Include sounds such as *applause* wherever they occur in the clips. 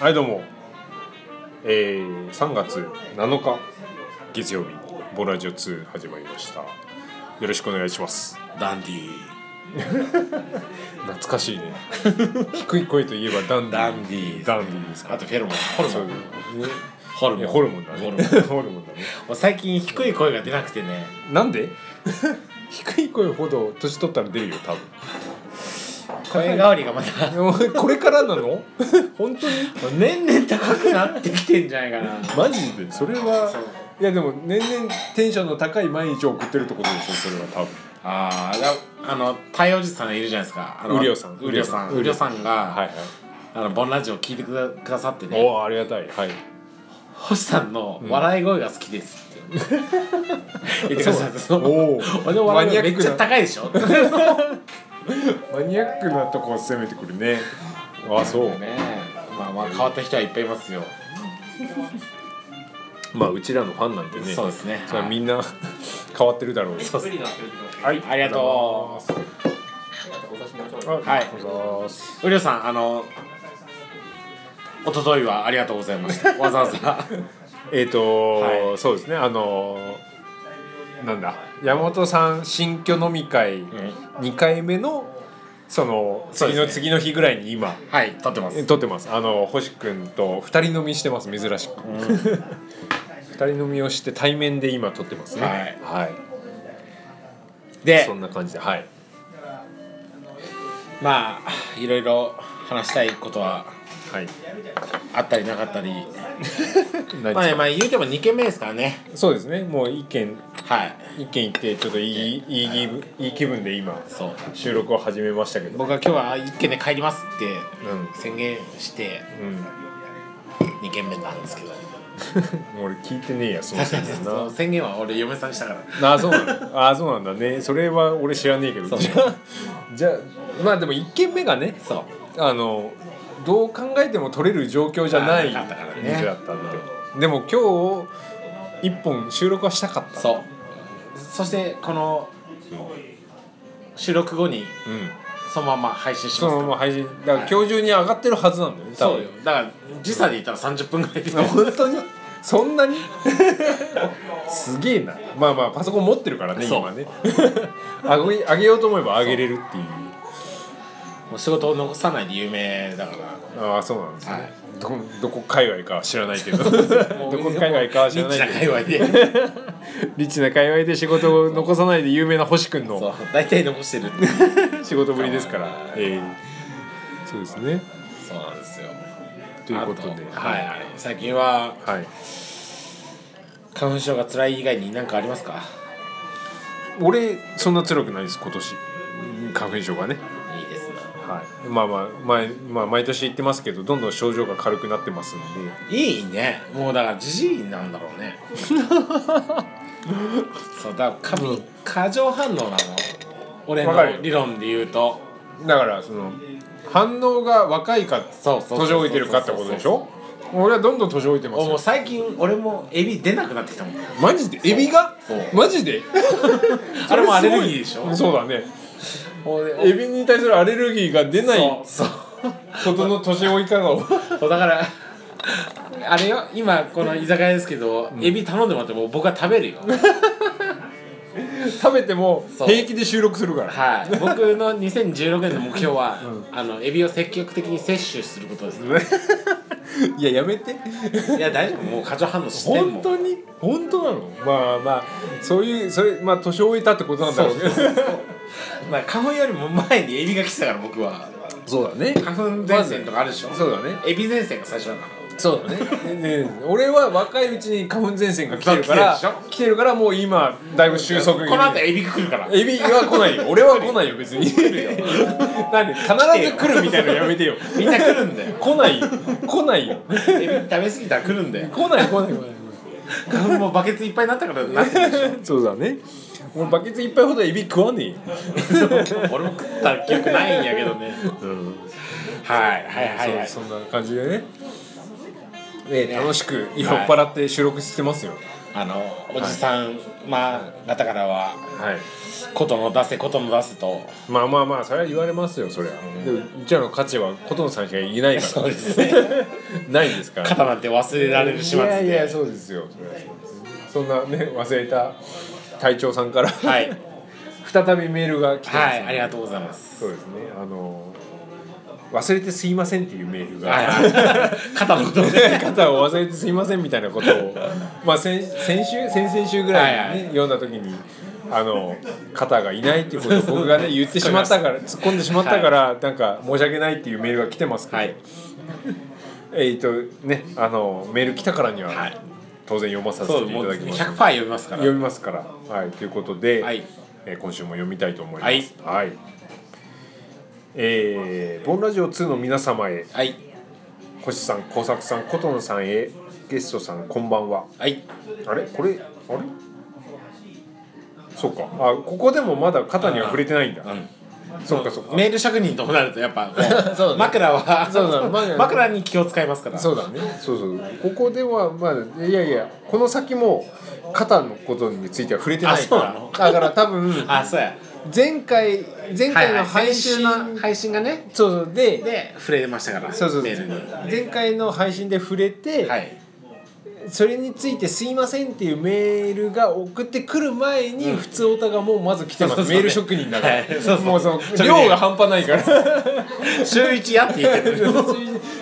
はいどうも、えー、3月7日月曜日「ボラジオ2」始まりましたよろしくお願いしますダンディ懐かしい *laughs* ね低い声といえばダンディダンディダンディですかあとフェロモンホルそモうンねホルいモンやホルモンだねホルホルモンだねも *laughs* う最近低い声が出なくてねなん *laughs* で低い声ほど年取ったら出るよ多分声変わりがまたお前これからなの本当に年々高くなってきてんじゃないかなマジでそれはそういやでも年々テンションの高い毎日を送ってるってことでしょそれは多分 *laughs* あーだあの太陽じさんいるじゃないですかあのうりょうさんうりょうさんううりりょょううささんが、はいはいあのボンラジオ聞いてくだくださってねおおありがたいはい星さんの笑い声が好きです *laughs* って、言ってくださってそうそうおお俺の笑い声めっちゃマ高いでし *laughs* ょニアックなとこを攻めてくるねあそうねまあまあ変わった人はいっぱいいますよ、まあうちらのファンなんてねそうですねそれはみんな *laughs* 変わってるだろうそうですはいありがとうはいありがとうございますうりょうさんあのおとといはありがとうございました *laughs* わざわざえっ、と、はいそうですねあのーなんだ山本さん新居飲み会2回目のそのそう次ですのね次の日ぐらいに今はい撮ってます撮ってますあの星くんと2人飲みしてます珍しく2人飲みをして対面で今撮ってますねはいはい、でそんな感じではいまあいろいろ話したいことははいあったりなかった *laughs* り何まであすねかまあ言うても2件目ですからねそうですねもう意見はい意見言ってちょっといいいい気分いい気分で今そう収録を始めましたけど僕は今日は1件で帰りますってうん宣言してうん *laughs* 2件目なんですけどもう俺聞いてねえやそう宣言 *laughs* その宣言は俺嫁さんにしたからなあそうなんだあそうなんだねそれは俺知らねえけどそうじゃあじゃあまあでも1軒目がねそうあのどう考えても取れる状況じゃないあなかったからね水だったんで、でも今日一本収録はしたかったそうそしてこの収録後にう、ん、そのまま配信しそますのからまま配信だから今日中に上がってるはずなんだよね多そう分よだから時差で言ったら30分ぐらいで本当に *laughs* そんなにすげえなまあまあパソコン持ってるからねそう今ね *laughs* 上げ上げようと思えば上げれるっていうもう仕事を残さないで有名だからああそうなんですね、はいどこどこ界隈かは知らないけ *laughs* どどこ界隈かは知らないリッチけな界ど隈でリッチな界隈で仕事を残さないで有名な星くんのそう大体残してるっていう仕事ぶりですから、えーそうですねそうなんですよということであはいはい最近ははい花粉症が辛い以外に何かありますか俺そんな辛くないです今年花粉症がね、いいですねはい、まあまあ前、まあ、毎年言ってますけどどんどん症状が軽くなってますんでいいねもうだからじじいなんだろう *laughs* ねそうだから過過剰反応なの俺わかるよの理論で言うとだからその反応が若いかそうそうそう年老いてるかってことでしょ俺はどんどん年老いてますおもうよ最近俺もエビ出なくなってきたもんマジでエビがそうマジであれもアレルギそーでしすょごい *laughs* そうだねエエビに対するアレルギーが出ないこそうとの年老い方を *laughs* そうだからあれよ今この居酒屋ですけど、エビ頼んでもらっても僕は食べるよ食べてもそう平気で収録するからはい *laughs* 僕の2016年の目標は、あのエビを積極的に摂取することですいややめていや大丈夫もう過剰反応してん *laughs* 本もん当に本当なのまあまあそういうそれまあ年老いたってことなんだろうけどそうまあ花粉よりも前にエビが来てたから僕はそうだね花粉前線とかあるでしょ、そうだねエビ前線が最初だからそうだねね俺は若いうちに花粉前線が来てるからそう来てるでし来てるからもう今だいぶ収束気味この後エビが来るからエビは来ないよ俺は来ないよ別になんで必ず来るみたいなのやめてよみんな来るんだ *laughs* よ来ないよ来ないよエビ食べ過ぎたら来るんだよ来ない来ない来ない花粉もバケツいっぱいになったからなってるでしょそうだねもうバケツいっぱいほどエビ食わねえよ *laughs* 俺も食った記憶ないんやけどね、はいはいはいはいそうそんな感じでねねね楽しく酔っ払って収録してますよあのおじさん、まあ方からははいことの出せことの出せとまあまあまあそれは言われますよそれは、でもうちらの価値は琴野さんしかいないかそうですねらないですから肩なんて忘れられる始末でいやいやそうですよそれはそうですそんなね忘れた隊長さんから、はい再びメールが来てます、はいありがとうございますそうですねあの忘れてすいませんっていうメールが、はい *laughs* 肩のことで方を忘れてすいませんみたいなことを、まあ、先 *laughs* 先週先々週ぐらいに、ね読んだ時にあの方がいないっていうことを僕がね言ってしまったから突っ込んでしまったから、なんか申し訳ないっていうメールが来てますけど、はいえっ、とねあのメール来たからには、はい当然読まさせそうていもたうだきます100%読みますから読みますから、はい、ということで、はいえー今週も読みたいと思います。はい、えーボンラジオ2の皆様へはい星さん、工作さん、琴野さんへ、ゲストさん、こんばんは。はいあれ、これ、あれ。そうか、あ、ここでもまだ肩には触れてないんだ。そっか、そっか。メール職人となるとやっぱこ *laughs* うそうね枕はそうそう枕枕に気を使いますからそうだね。そうそう、ここでは、まあ、いやいや、この先も。肩のことについては触れてないかあそうなのら。だから、多分、あそうや前回、前回の配信。はいはい先週の配信がねそうそう、で。で触れましたからそうそうメールに前回の配信で触れて、はいそれについて「すいません」っていうメールが送ってくる前に、普通オタがもうまず来てますそうそうメール職人だから、はいそうそうもうそのそれで量が半端 *laughs* ないから週一やって言って *laughs* る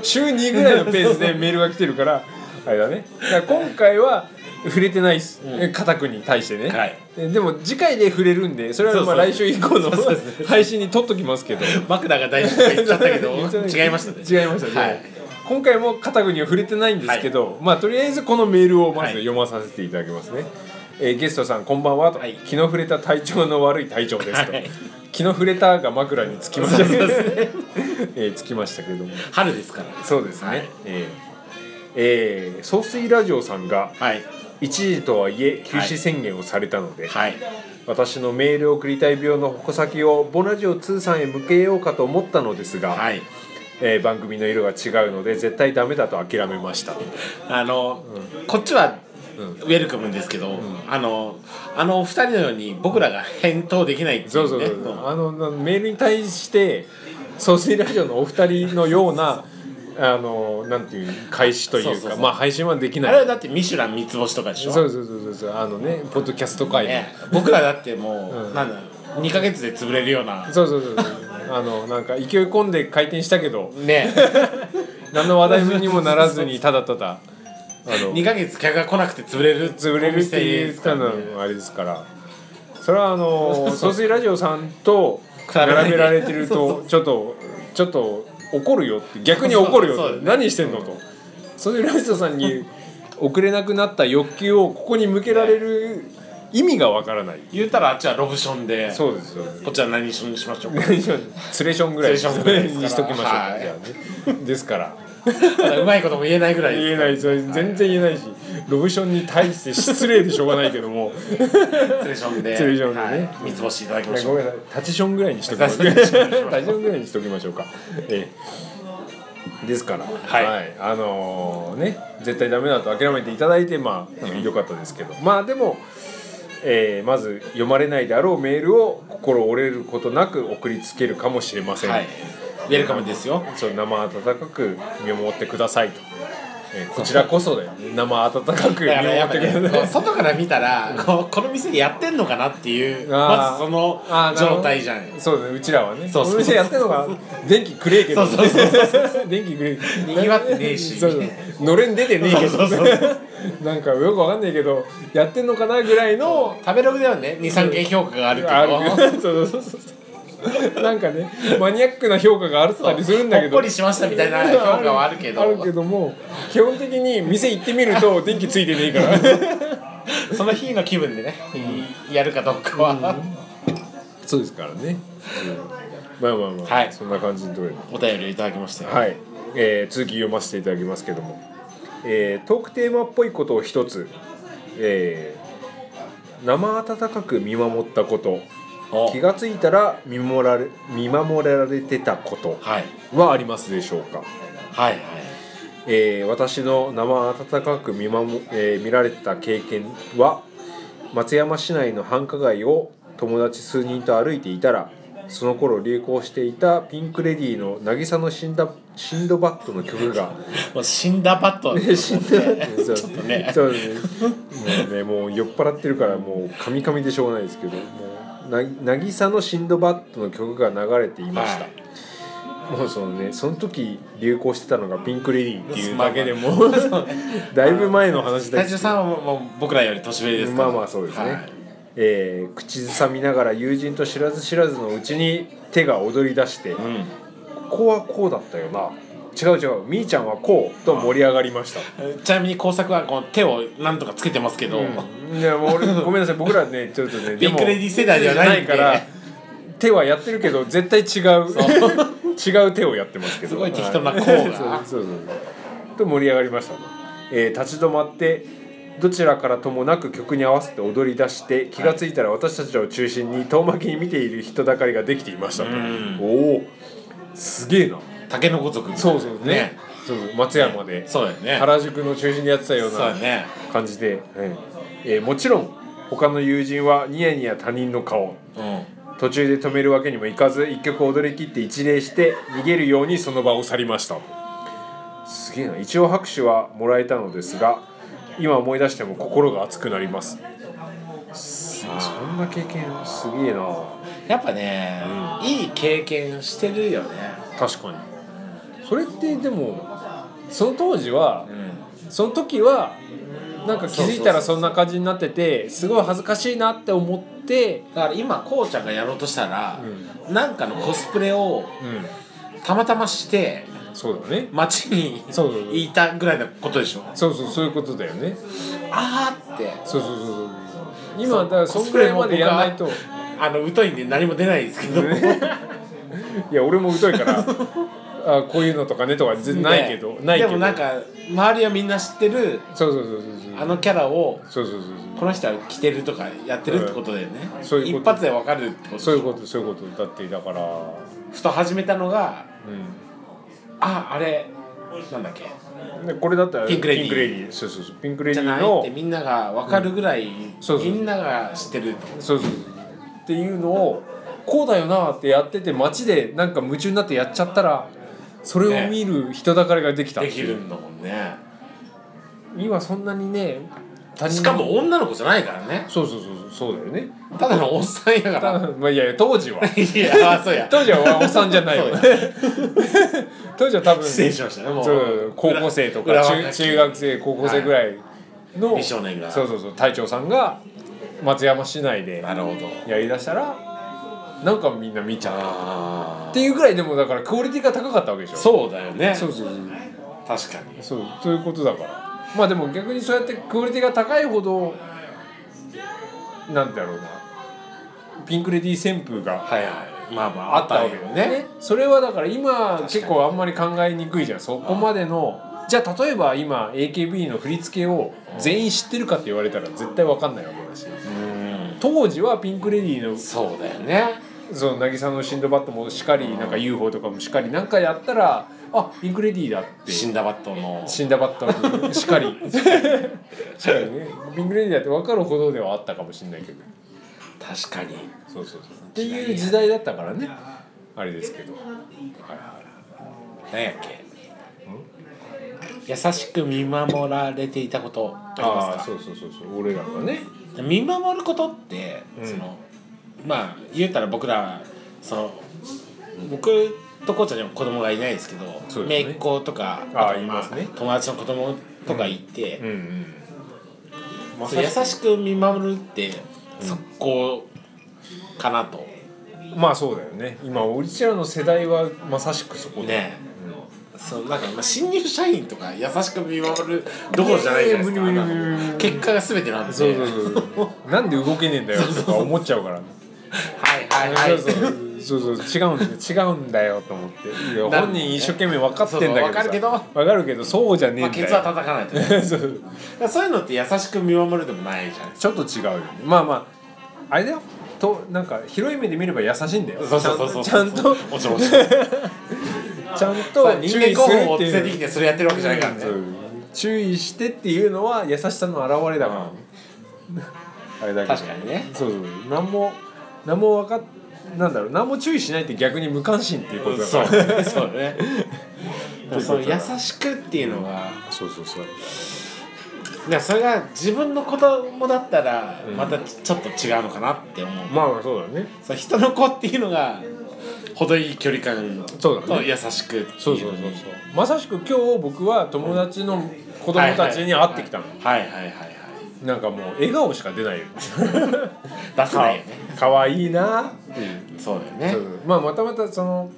週2ぐらいのペースでメールが来てるからあれだねだから今回は触れてないっす、片くに対してね、はいででも次回で触れるんでそれはまあそうそう来週以降のそうそう配信に取っときますけど枕が大事って言っちゃったけ *laughs* ど違いましたね違いましたね、はい今回も片国は触れてないんですけど、まあとりあえずこのメールをまずはい読まさせていただきますね、えーゲストさんこんばんはと、はい気の触れた体調の悪い体調ですと、はい気の触れたが枕につきましたね *laughs* えーつきましたけども春ですからそうですね、はいえーえー総帥ラジオさんがはい一時とはいえ休止宣言をされたので、はい私のメールを送りたい病の矛先をボナジオ2さんへ向けようかと思ったのですが、はいえー番組の色が違うので絶対ダメだと諦めましたあの、こっちはうんウェルカムですけど、あのあのお二人のように僕らが返答できないっていう、ね、そうそうそうあのなメールに対して「総水ラジオ」のお二人のようなあのなんていう開始というかそうそうそうまあ配信はできあなれはいだってミシュラン三つ星とかでしょそうそうそうそうそうあのねポッドキャスト会、ね、僕らだってもう、うんなんだ2か月で潰れるようなそうそうそうそうあのなんか勢い込んで回転したけど *laughs* ね何の話題にもならずにただただあの2か月客が来なくて潰れる潰れるってお店言でっすたからねのはあれですからそれはあの総水ラジオさんと比べない並べられてるとちょっとちょっと怒るよって逆に怒るよそうっそうて何してんのと総水ラジオさんに遅れなくなった欲求をここに向けられる意味がわからない言ったらあっちはロブションでそうですよねこっちは何ションにしましょうかツレションぐらいにツレションぐらいですからしときましょうかはいじゃあねですからまだうまいことも言えないぐら *laughs* い言えないですそれ全然言えないしロブションに対して失礼でしょうがないけどもツレションでツレションでねはい、三つ星いただきましょごうめんなさい、タチションぐらいにしときましょう。タタチチシションぐらいにしときましょうか。ええですから、はいあのーね、絶対ダメだと諦めていただいて、まあ、良かったですけど、まあ、でも。えーまず読まれないであろうメールを心折れることなく送りつけるかもしれません、はいウェルカムですよそう生温かく見守ってくださいと、えーこちらこそで生温かく見だから守やっってぱくださいね、こう外から見たらこうこの店でやってんのかなっ *laughs* ていうあーまずそのあーなるほど状態じゃんそうだねうちらはねそうそうお店やってんのが電気くれえけどそうそう電気くれえにぎわってねえしそうそうのれん出てねえけどそうそうそうなんかよくわかんないけどやってんのかなぐらいの食べログではね23件評価があるけどあるそうそうそうそうなんかねマニアックな評価があるったりするんだけどほっこりしましたみたいな *laughs* 評価はあるけどあるけども基本的に店行ってみる *laughs* と電気ついてねえからその日の気分でね、やるかどうかは、そうですからね、まあまあまあ、はいそんな感じのとおりお便りをいただきまして、はい、えー続き読ませていただきますけども、えートークテーマっぽいことを一つ、えー生温かく見守ったことお気がついたら見守られ見守られてたことはいはありますでしょうか、はいはいえー私の生温かく見守、えー見られた経験は松山市内の繁華街を友達数人と歩いていたらその頃流行していたピンク・レディーの「渚のシンダシンドバッド」の曲がもう死んだバットね死んだってそう *laughs* ちょっとねそうねもうねもう酔っ払ってるからもうカミカミでしょうがないですけどもうな渚のシンドバッドの曲が流れていました、はいもうそのねその時流行してたのがピンク・レディーっていうだけでもまあまあそうねだいぶ前の話だスタジオさんはもうもう僕らより年上ですかまらあまあそうですね、はいえー口ずさみながら友人と知らず知らずのうちに手が踊り出して、うんここはこうだったよな違う違うみーちゃんはこうと盛り上がりましたちなみに工作はこの手をなんとかつけてますけど、うん、いやもう *laughs* 俺ごめんなさい僕らねちょっとねビッグレディ世代ではないんでから手はやってるけど絶対違う *laughs* 違う手をやってますけどすごい適当なはいこうがそうそうそうそうと盛り上がりましたね、えー立ち止まってどちらからともなく曲に合わせて踊り出して気がついたら私たちを中心に遠巻きに見ている人だかりができていましたと、んおおすげえな竹の子族みたいなそうそうねそうそう松山で、そうだよね原宿の中心でやってたようそうなだね感じで、えーもちろん他の友人はニヤニヤ他人の顔うん途中で止めるわけにもいかず一曲踊り切って一礼して逃げるようにその場を去りましたすげえな一応拍手はもらえたのですが今思い出しても心が熱くなりますすそんな経験すげえなやっぱね、いい経験してるよね、確かにそれってでもその当時はうん、その時はなんか気づいたらそそんな感じになっててすごい恥ずかしいなって思ってだから今こうちゃんがやろうとしたら、うなんかのコスプレをうたまたましてんそうだね街にそうそうそういたぐらいのことでしょそうそうそういうことだよねあーってそうそうそうそう今だからそんぐらいまでやらないとあの疎いんで何も出ないですけど、いや俺も疎い *laughs* からあこういうのとかねとか全然ないけどねないけどでもなんか周りはみんな知ってるそうそうそうそうそうあのキャラをそうそうそうこの人は着てるとかやってるってことだよね、そういうこと一発でわかるってことそうそういうことそういうことだってだからふと始めたのがうああれなんだっけんでこれだったらピンクレディーそうそうそうピンクレじデゃィーないっのてみんながわかるぐらい、そうそうみんなが知ってるってこそうそうそうっていうのをこうだよなってやってて街でなんか夢中になってやっちゃったらそれを見る人だかりができたとってでいうきるんだもんね今そんなにね他人しかも女の子じゃないからねそうそうそうそうそうだよね *laughs* ただのおっさんやかたらだまあいやいや当時は *laughs* いやそうや当時はおっさんじゃないよそう *laughs* 当時は多分失礼しましたねもうそう高校生とか裏中中学生高校生ぐらいの、未少年がそうそうそう隊長さんが松山市内でなるほどやりだしたらなんかみんな見ちゃうあっていうぐらいでもだからクオリティが高かったわけでしょあそうだよねそうそうそう確かにそうということだからまあでも逆にそうやってクオリティが高いほどなんだろうなピンク・レディー旋風がはいはいまあまあああっったたわわけけだよよねねそれはだから今かに結構あんまり考えにくいじゃんそこまでのじゃあ例えば今 AKB の振り付けを全員知ってるかって言われたら絶対わかんないわけだしうん当時はピンク・レディーのそうだよねその渚のシンドバッドもしかりなんか UFO とかもしかりなんかやったらあピンク・レディーだって死んだバットの死んだバッターしかりしかりねビングレディーだって分かるほどではあったかもしれないけど確かにそうそうそうっていう時代だったからねあれですけど何やっけ優しく見守られていたことありますあかあそうそうそうそう俺らがね見守ることって、うんそのまあ言うたら僕らその僕とこうちゃんにも子供がいないですけどそうですね姪っ子とかあーといまますね友達の子供とかいて、うんうんまそう優さしく見守るってそこかなと、くまあそうだよね今俺らの世代はまさしくそこだねうそうなんかまあ新入社員とか優しく見守るどころじゃないじゃないですかいやいやいやあん無なの理無理無理無理結果が全てなんでんそうそうそうなんで動けねえんだよとか思っちゃうからはいはいはいそうそうそうそう違うんだよ違うんだよと思っていやなるほどね本人一生懸命分かってんだけどさそうそう分かるけど分かるけどそうじゃねえまあんだケよ、ツは叩かないと *laughs* ねそうだからそういうのって優しく見守るでもないじゃないちょっと違うよねまあまああれだよとなんか広い目で見れば優しいんだよそうそうそうそうちゃんとちゃんともちろんもちろんちゃんと注人意間す候る補っをて連れていきうてそれやってるわけじゃないからねそう注意してっていうのは優しさの表れだからねあれだけど確かにねそうそう何も何も分かっなんだろう何も注意しないって逆に無関心っていうことだかそうらそうねとその優しくっていうのが、そうそうそういやそれが自分の子供だったらうんまたちょっと違うのかなって思う、まあまあそうだねその人の子っていうのが程いい距離感そうだとね優しくっていうのにそうそうそうそうまさしく今日僕は友達の子供たちに会ってきたの、はいはいはいはいなんかもう笑顔しか出ないよ出せないよねかわいいなっていうそうだよねそうまあまたまたその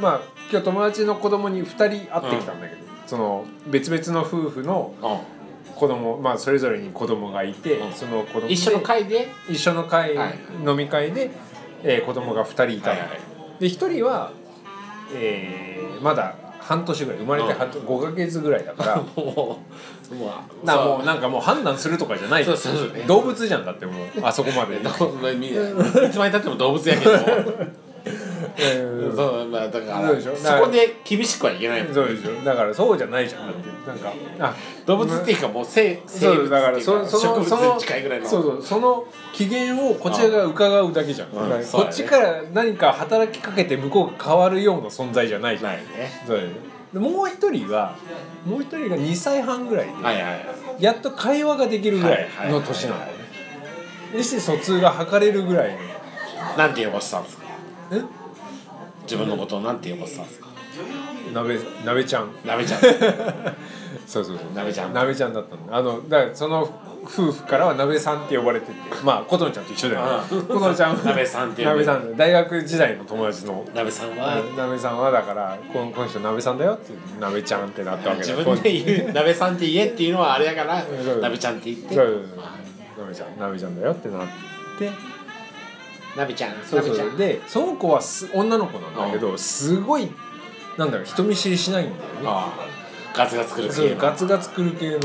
まあ今日友達の子供に2人会ってきたんだけど、その別々の夫婦の子供まあそれぞれに子供がいて、うんその子供うんで一緒の会で一緒の会、はい飲み会で、えー子供が2人いたの、はいはいで1人は、えーまだ半年ぐらい生まれて半年、5ヶ月ぐらいだから。もうもうなもうなんかもう判断するとかじゃないそうそうそう動物じゃんだってもうあそこまで、 *laughs* う *laughs* いつまでたっても動物やけどえーそうまあだそかうらでしょそこで厳しくはいけないも *laughs* んそうでしょだからそうじゃないじゃんだってなんかあ動物っていうかもう生生そ物っていううだからそそ植のそ物のに近いぐらいのそうそうその機嫌をこちらが伺うだけじゃん、うんだからそうこだっねちから何か働きかけて向こうが変わるような存在じゃないじゃん、ないねそうだよねでもう一人がもう一人が2歳半ぐらいで、はいはいやっと会話ができるぐらいの年なのね、でして疎通が図れるぐらいのなんて呼ばせたんですかえ自分のことをなんて呼ばせたんですか鍋鍋ちゃんなべちゃんそうそうそう鍋ちゃん鍋ちゃんだったのあのだからその夫婦からは鍋さんって呼ばれててまあ琴乃ちゃんと一緒だよねうん琴乃ちゃんは鍋さんって呼ぶ鍋さん大学時代の友達のなべさんは鍋さんはだからこのこの人鍋さんだよって鍋ちゃんってなったわけ自だ分で言う「なべさんって言え」っていうのはあれだからそうそう「なべちゃん」って言っそうてそう鍋ちゃん鍋ちゃんだよってなって「なべちゃん」「そうなべちそゃ」うんでその子はす女の子なんだけどすごいなんだろう人見知りしないんだよねああガツガツくるそう系ガツガツくる系の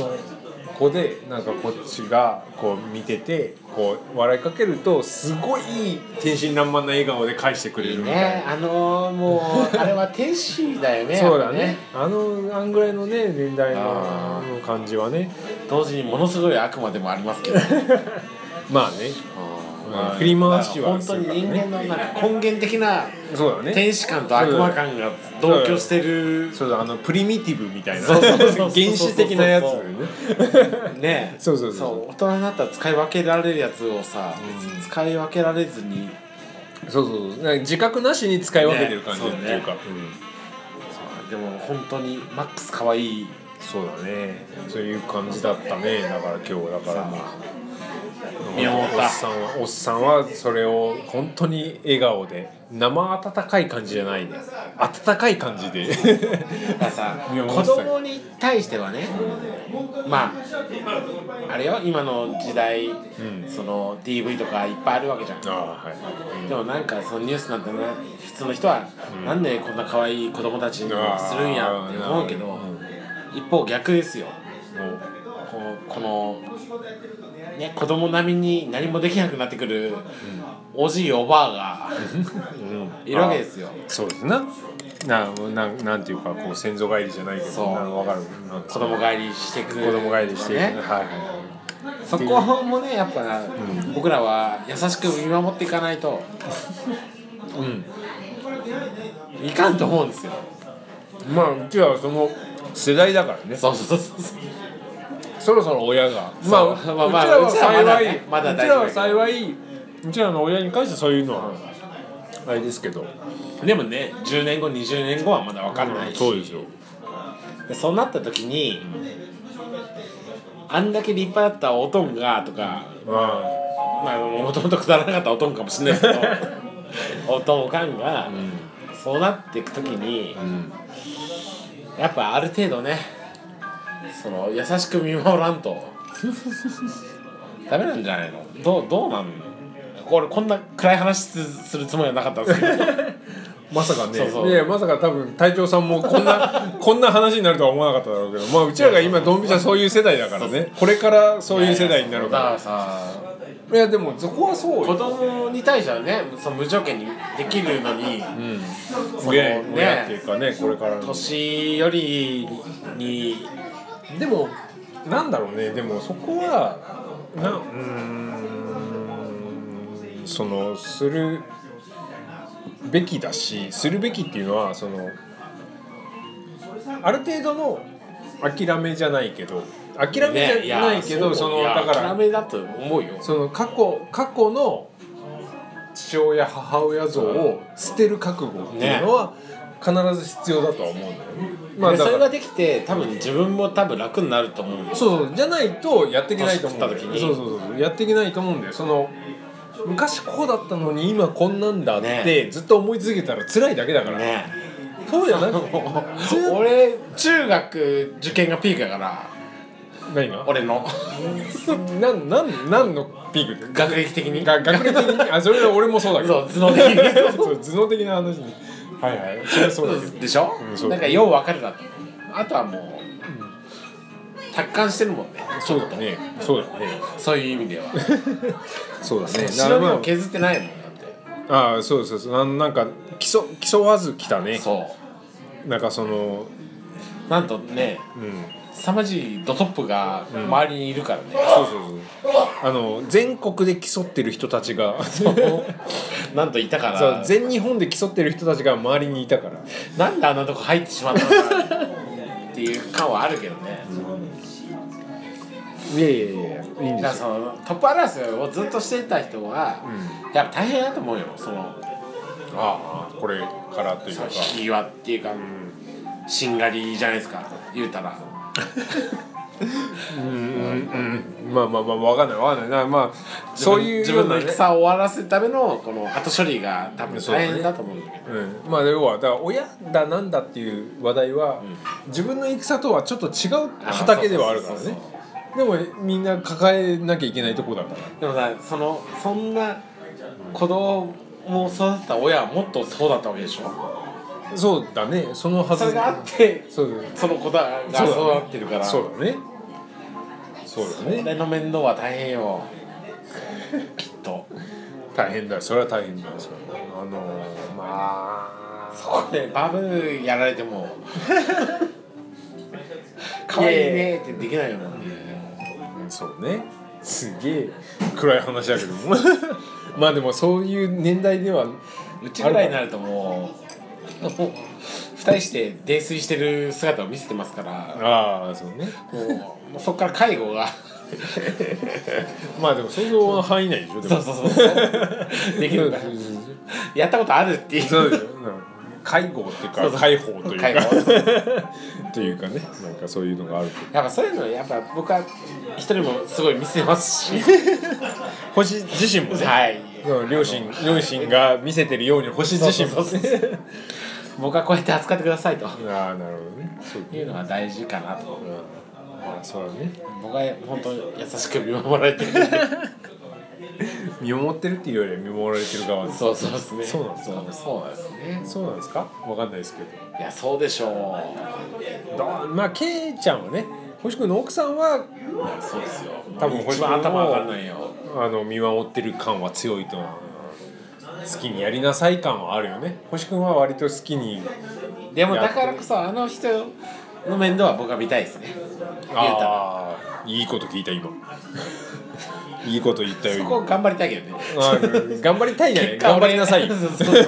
子でなんかこっちがこう見ててこう笑いかけるとすごいいい天真爛漫な笑顔で返してくれいいるみたいねな。あのー、もうあれは天使だよ *laughs* ねそうだやっねぱあのあんぐらいのね年代のあーの感じはね同時にものすごい悪魔でもありま *laughs* すけどまあねまあ振り回しは本す当るにからね人間のなんか根源的なそうだね天使感と悪魔感が同居してるそうだあのプリミティブみたいなそうそうそうそう原始的なやつだよね *laughs* ねそうそうそう大人になったら使い分けられるやつをさ、うん使い分けられずにそうそうそうなんか自覚なしに使い分けてる感じっねていうかそうでも本当にマックス可愛いそう,、ん、そうだねそういう感じだったねだから今日だからさもう宮本おっさんはおっさんはそれを本当に笑顔で生温かい感じじゃないね温かい感じでだからさ宮本子さん供に対してはね、まああれよ今の時代、んその DV とかいっぱいあるわけじゃん *laughs* ああはい、うんでもなんかそのニュースなんてね普通の人は、なんでこんな可愛い子供たちにするんやって思うけど、一方逆ですよもこうこの、ね、子供並みに何もできなくなってくる、おじいおばあう、うんがいるわけですよあそうですなななんなんていうかこう先祖返りじゃないけそうどなんかわかるなんか子供帰りしてく子供返りしていくねねはいはいはいそこもねやっぱ、僕らは優しく見守っていかないとういかんと思うんですよん、まあうちはその世代だからねそうそうそうそうそろそろ親がまそうあ、 *laughs* まあまあうちらはうちらはまだ幸い、ねまだうち大丈ら夫は幸いうちらの親に関してはそういうのはあれですけどでもね10年後20年後はまだ分かんないし、そうですよでそうなった時に、あんだけ立派だったおとんがとか、ままあもともとくだらなかったおとんかもしれないけ *laughs* どおとんおかんが、そうなっていく時にあ、うん、やっぱある程度ねその優しく見守らんとダメなんじゃないのどうどうなんこれこんな暗い話すするつもりはなかったんですけどまさかねそうそういやまさか多分隊長さんもこん *laughs* なこんな話になるとは思わなかっただろうけどまあうちらが今ドンピシャそういう世代だから *laughs* そうねこれからそういう世代になるだかからさらいやでもそこはそう子よ、供に対してはねその無条件にできるのに、うん、その親ね親っていうかねこれからの年よりにでもなんだろうねでもそこはなうーんそのするべきだしするべきっていうのはそのある程度の諦めじゃないけど諦めじゃないけど、ねやそのういやだから諦めだと思うよその過去過去の父親母親像を捨てる覚悟っていうのは必ず必要だとは思うんだよね。まあでだそかれらができて多分自分も多分楽になると思うよそうそうじゃないとやっていけないと思うんだよ年食そった時にうそうそうやっていけないと思うんだよその昔こうだったのに今こんなんだって、ねずっと思い続けたら辛いだけだから、ねそうじゃなくてずっと俺中学受験がピークやから何が俺のなんなんなんのピークって *laughs* 学歴的にが学歴的にあそれは俺もそうだけそどう頭脳的にそう頭脳的な話にはいはいそれはそうだけどでしょ、うんそうなんかよう分かるなとあとはもう、達観してるもんねそうだねそうだねそういう意味ではそうだね白身を削ってないもんだっああそうそうそうなんなんか競競わず来たてねそなんかそのうなんとねうん凄まじいドトップが周りにいるからね、そうそうそうあの全国で競ってる人たちがそうなんといたから全日本で競ってる人たちが周りにいたからなんであんなとこ入ってしまったのかっていう感はあるけどね、いやいやいやいいんだからそのトップ争いをずっとしてた人は、うやっぱ大変だと思うよそのああこれからというそかの引き際っていうか、しんがりじゃないですか言うたらうんうんうんまあまあまあわかんないわかんないなまあそういう自よう分なのね戦を終わらせるためのこの後処理が多分大変だと思うんだけどうん、まあ要はだから親だなんだっていう話題は、自分の戦とはちょっと違う畑ではあるからそうねそうそうでもみんな抱えなきゃいけないとこだからでもさそのそんな子供を育てた親はもっとそうだったわけでしょそうだねそのはずそれがあってそうだねその子だが育ってるからそうだねそうだね俺の面倒は大変よきっと大変だよそれは大変だよそれはあのー、まあそこでバブやられても可愛いねってできないよもんねうんそうねすげえ暗い話だけども *laughs* まあでもそういう年代ではうちぐらいになるともうもう二人して泥酔してる姿を見せてますからああそうねもうもうそこから介護がまあでも想像の範囲内でしょでそもうそうそうそうできるんだそうそうそうやったことあるっていうそうですようん介護っていうそかうそう解放というか介護 *laughs* というかねなんかそういうのがあるとやっぱそういうのやっぱ僕は一人もすごい見せてますし星自身もねはいうん両親両親が見せてるように星自身もそうそうそう僕はこうやって扱ってくださいとああなるほどねそういういうのが大事かなとまあそうだね僕は本当に優しく見守られてる *laughs* 見守ってるっていうよりは見守られてる側ですそうそうですねそうなんですかそうそうなんですねそうなんですかわかんないですけどいやそうでしょうだまあケイちゃんはね星君の奥さんはいやそうですよ多分一番頭上がんないよあの見守ってる感は強いと思う好きにやりなさい感はあるよね星君は割と好きにでもだからこそあの人の面倒は僕は見たいですね言うたらああいいこと聞いた今 *laughs* いいこと言ったよそ今こ頑張りたいけどねあー頑張りたいじゃない *laughs* 結果 *laughs* 頑張りなさいそうそうそ頑う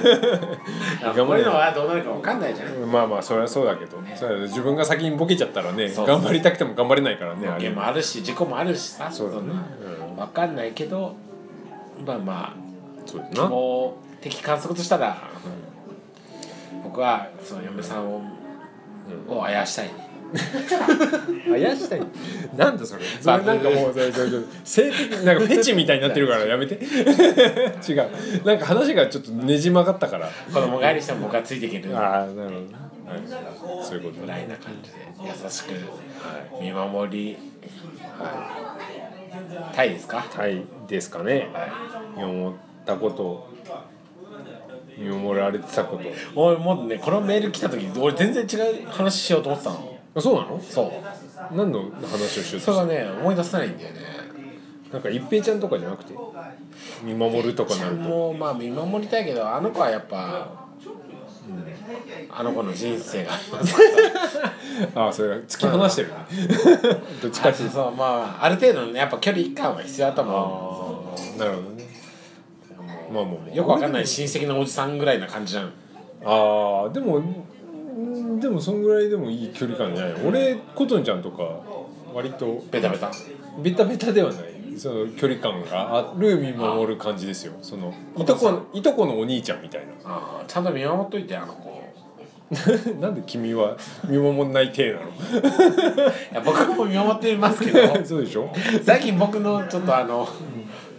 こ張うりいうのなはどうなるかわかんないじゃんまあまあそれはそうだけど、それは自分が先にボケちゃったらねそう頑張りたくても頑張れないからねあゲれームあるし事故もあるしさそうだねんわかんないけどまあまそうだあなもう的観測としたら、僕はその嫁さんを,、をあやしたいねあやしたいなんだそれそれなんかもうそれそれそれ性的なんかフェチみたいになってるからやめて *laughs* 違うなんか話がちょっとねじ曲がったから子供がいる人も僕はついていけるぐらああなるほど、ねはい、そういうことねいな感じで優しく見守り、はい、タイですかはいですかねはい思ったこと見守られてたこと俺もうねこのメール来た時俺全然違う話しようと思ってたのあそうなのそう何の話をしようそとれしがね思い出せないんだよねたなんか一平ちゃんとかじゃなくて見守るとかなるともうまあ見守りたいけどあの子はやっぱ、あの子の人生がありますああそれが突き放してるね *laughs* どっちかっていうとそうまあある程度のねやっぱ距離感は必要だと思ああなるほどねまあもううよくわかんいない親戚のおじさんぐらいな感じなのああでもうんでもそんぐらいでもいい距離感じゃない俺コトンちゃんとか割とベタベタベタベタではないその距離感がある見守る感じですよそのいとこいとこのお兄ちゃんみたいな *laughs* あーちゃんと見守っといてあの子なんで君は見守んない体ないや僕も見守ってますけど *laughs* の *laughs* そうでしょ最近僕のちょっとあの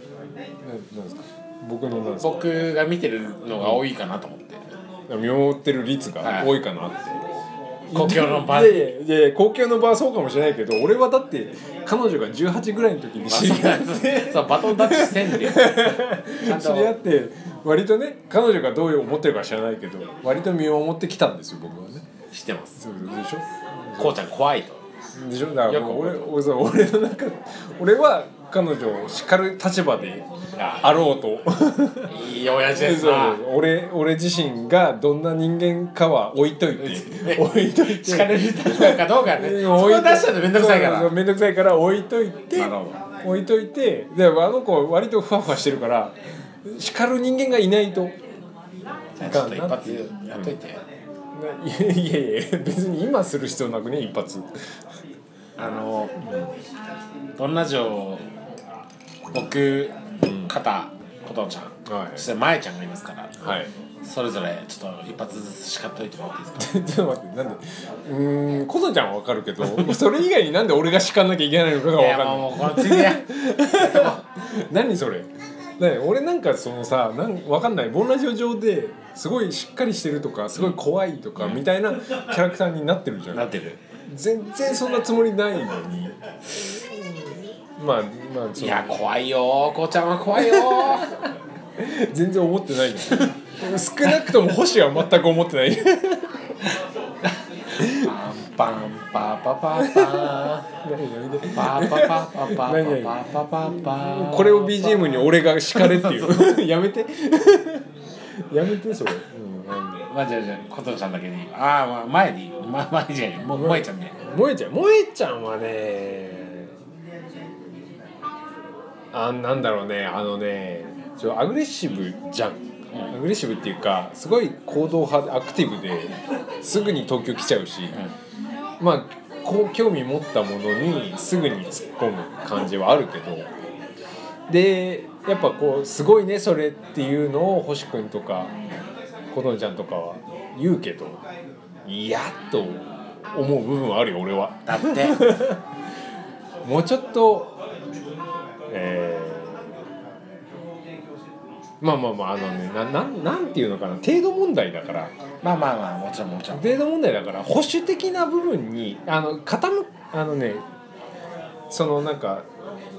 ななんですか僕のなんですか僕が見てるのが多いかなと思って見守ってる率が多いかなって、故郷の場いやでいやいや公共の場はそうかもしれないけど俺はだって彼女が18ぐらいの時に知り合ってそうバトンタッチせんでちゃん知り合っとて割とね彼女がどう思ってるか知らないけど割と身を守ってきたんですよ僕はねしてますそうでしょこうちゃん怖いとでしょだからよく俺俺そう俺の中俺は彼女を叱る立場であろうといい親父で *laughs* すそうな俺俺自身がどんな人間かは置いとい *laughs* て置いといて叱れる立場かどうかねそこ出しちゃうとめんどくさいからそうそうめんどくさいから置いといてなるほ置いといてであの子割とふわふわしてるから叱る人間がいないと。じゃあちょっと一発やっといて、ないやいやいや別に今する必要なくね一発あのどんな城僕、肩琴ちゃん、はいそしてまえちゃんがいますからはいそれぞれちょっと一発ずつ叱っといてもらっていいですか *laughs* ちょっと待ってなんでうーんコトちゃんはわかるけどそれ以外になんで俺が叱んなきゃいけないのかがいわやかんもなうもうこの次やい何それ何俺なんかそのさなんわかんないボンラジオ上ですごいしっかりしてるとかすごい怖いとかみたいなキャラクターになってるじゃんなってる全然そんなつもりないのにまあまあそいのや怖いよこうちゃんは怖いよ全然思ってないよ少なくとも星は全く思ってないパンパンパパパパパパパパパパ何々パパパこれを BGM に俺が叱れっていう *laughs* やめてやめてそれ、うんあのまあじゃあじゃあ琴ちゃんだけでいいああまあ前でいいま前じゃないもう萌えちゃんね萌えちゃん萌えちゃんはねあなんだろうねあのねちょアグレッシブじゃんアグレッシブっていうかすごい行動派でアクティブですぐに東京来ちゃうし、まあこう興味持ったものにすぐに突っ込む感じはあるけどでやっぱこう「すごいねそれ」っていうのを星くんとか琴音ちゃんとかは言うけどいやと思う部分はあるよ俺は。だってもうちょっとえーまあまあまああのねななんなんていうのかな程度問題だからまあまあまあもちろんもちろん程度問題だから保守的な部分にあの傾くあのねそのなんか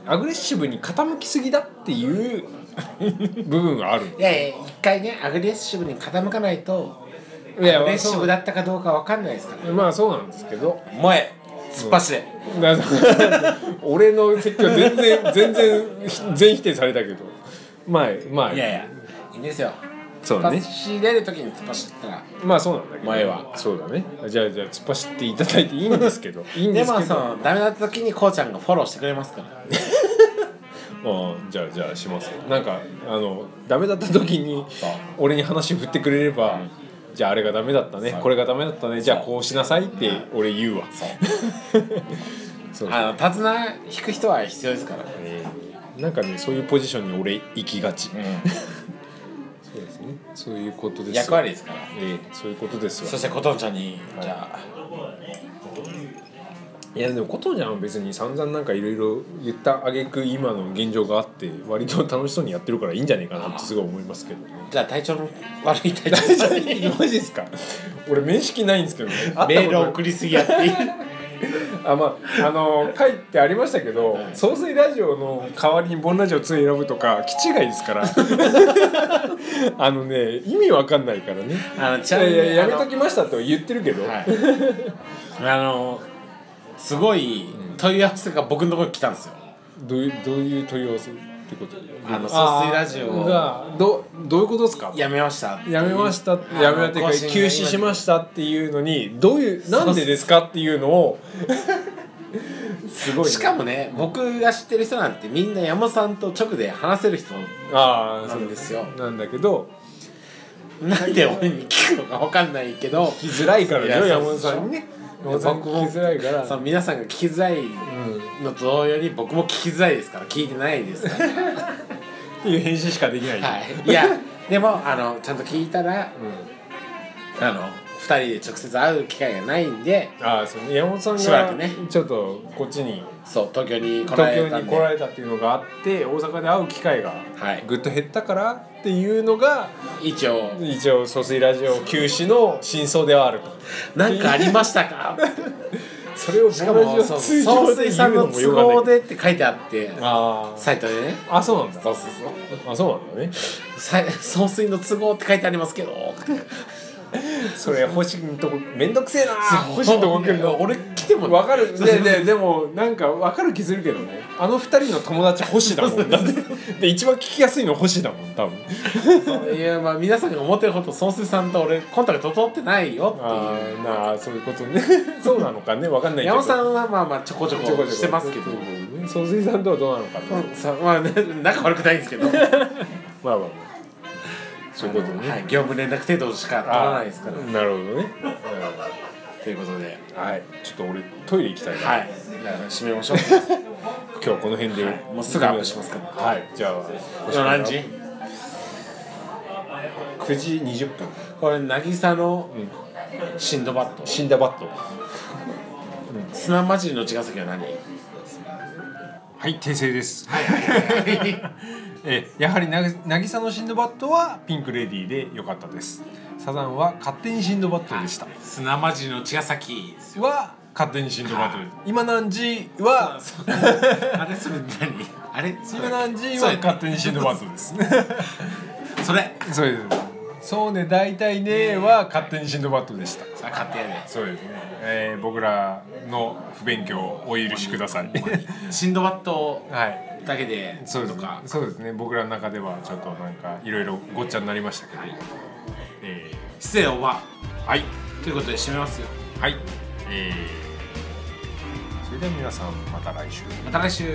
アグレッシブに傾きすぎだっていう部分があるいやいや一回ねアグレッシブに傾かないといやアグレッシブだったかどうかわかんないですからまあそうなんですけど *laughs* 萌え突っ走れだから俺の説教全然全然ひ全否定されたけどまあまあいやいやいいんですよそうだね突っ走れる時に突っ走ったらまあそうなんだけど前はそうだねじゃあじゃあ突っ走っていただいていいんですけど *laughs* いいんでですけどもそのダメだった時にこうちゃんがフォローしてくれますからああじゃあじゃあしますよなんかあのダメだった時にそう俺に話振ってくれれば、じゃああれがダメだったねそうこれがダメだったねじゃあこうしなさいって俺言うわそうそうあの手綱引く人は必要ですからえー *laughs* なんかねそういうポジションに俺行きがち、うんそうですねそういうことです役割ですからええそういうことですそわしてことんちゃんにじゃあいやでもことじゃんは別に散々なんかいろいろ言った挙句今の現状があって割と楽しそうにやってるからいいんじゃないかなってすごい思いますけど *laughs* ねじゃあ体調の悪い *laughs* 体調さんにマジですか俺面識ないんですけどねメールを送りりすぎやっていいあまああの書いてありましたけど総水ラジオの代わりにボンラジオ2選ぶとか気違いです *laughs* からあのね意味わかんないからね *laughs* あのいやいややめときましたと言ってるけど、はいあのすごい問い合わせが僕のところに来たんですよどういうどういう問い合わせってことあの総水ラジオをがどどういうことですかやめましたやめましたあのやめたというか更新が休止しましたっていうのにどういうなんでですかっていうのをすごいね、 *laughs* しかもね僕が知ってる人なんてみんな山本さんと直で話せる人ああなんですよなんだけどなんで俺に聞くのか分かんないけど聞きづらいからいやね山本さんにね山本さんに僕も聞きづらいからその皆さんが聞きづらいうん、っのと同様に僕も聞きづらいですから聞いてないですからていう返信しかできない、はいいやでもあのちゃんと聞いたらうん、あの2人で直接会う機会がないんでああそうね山本さんしばらがくねちょっとこっちにそう東京に来ら東れ京たにん来らでれたっていうのがあって大阪で会う機会がはいぐっと減ったからっていうのが一応一応「疎水ラジオ」休止の真相ではあると「なんかありました *laughs* か?それを」しかもそう通総常で帥さ言うんののもよ都くわか合んないでって書いてあってあーサイトでねあそうなんだそうそうそうあそうなんだねさ総帥の都合って書いてありますけど *laughs* それ星のとこめんどくせえな星のとこ来るの俺来てもわかるでででもなんかわかる気するけどねあの二人の友達星だもんだってで一番聞きやすいの星だもん多分そういやまあ皆さんが思ってるほど総帥さんと俺コンタクト取ってないよあっていうあなあそういうことねそうなのかねわかんないけど山本さんはまあまあちょこちょこちょこちょこしてますけど、うん総帥さんとはどうなのかと、うんそうまあね仲悪くないんですけどまあまあまあそういうことね、はい、業務連絡程度しか取らないですからなるほどね、ということでうんはいちょっと俺トイレ行きたいな、はいじゃあ締めましょう今日この辺で、はいもうすぐアップしますからはいじゃあ今何時 ?9 時20分これ渚のんシンドバッド死んだバット砂混じりの茅ヶ崎は何はい訂正ですはいはいはいえーやはりなぎ渚のシンドバッドはピンクレディーで良かったですサザンは勝手にシンドバッドでした、砂混じりの茅ヶ崎ですよは勝手にシンドバッドですは今何時はあれそれ何あれそ今れ何時は勝手にシンドバッドですそれそうですそうね大体ねは勝手にシンドバッドでしたあ勝手やねそうですね、えー僕らの不勉強をお許しくださいシンドバッドはいだけでそうですとねかそうですね僕らの中ではちょっとなんかいろいろごっちゃになりましたけど、え失礼おばーはいということで締めますよはい、えーそれでは皆さんまた来週また来週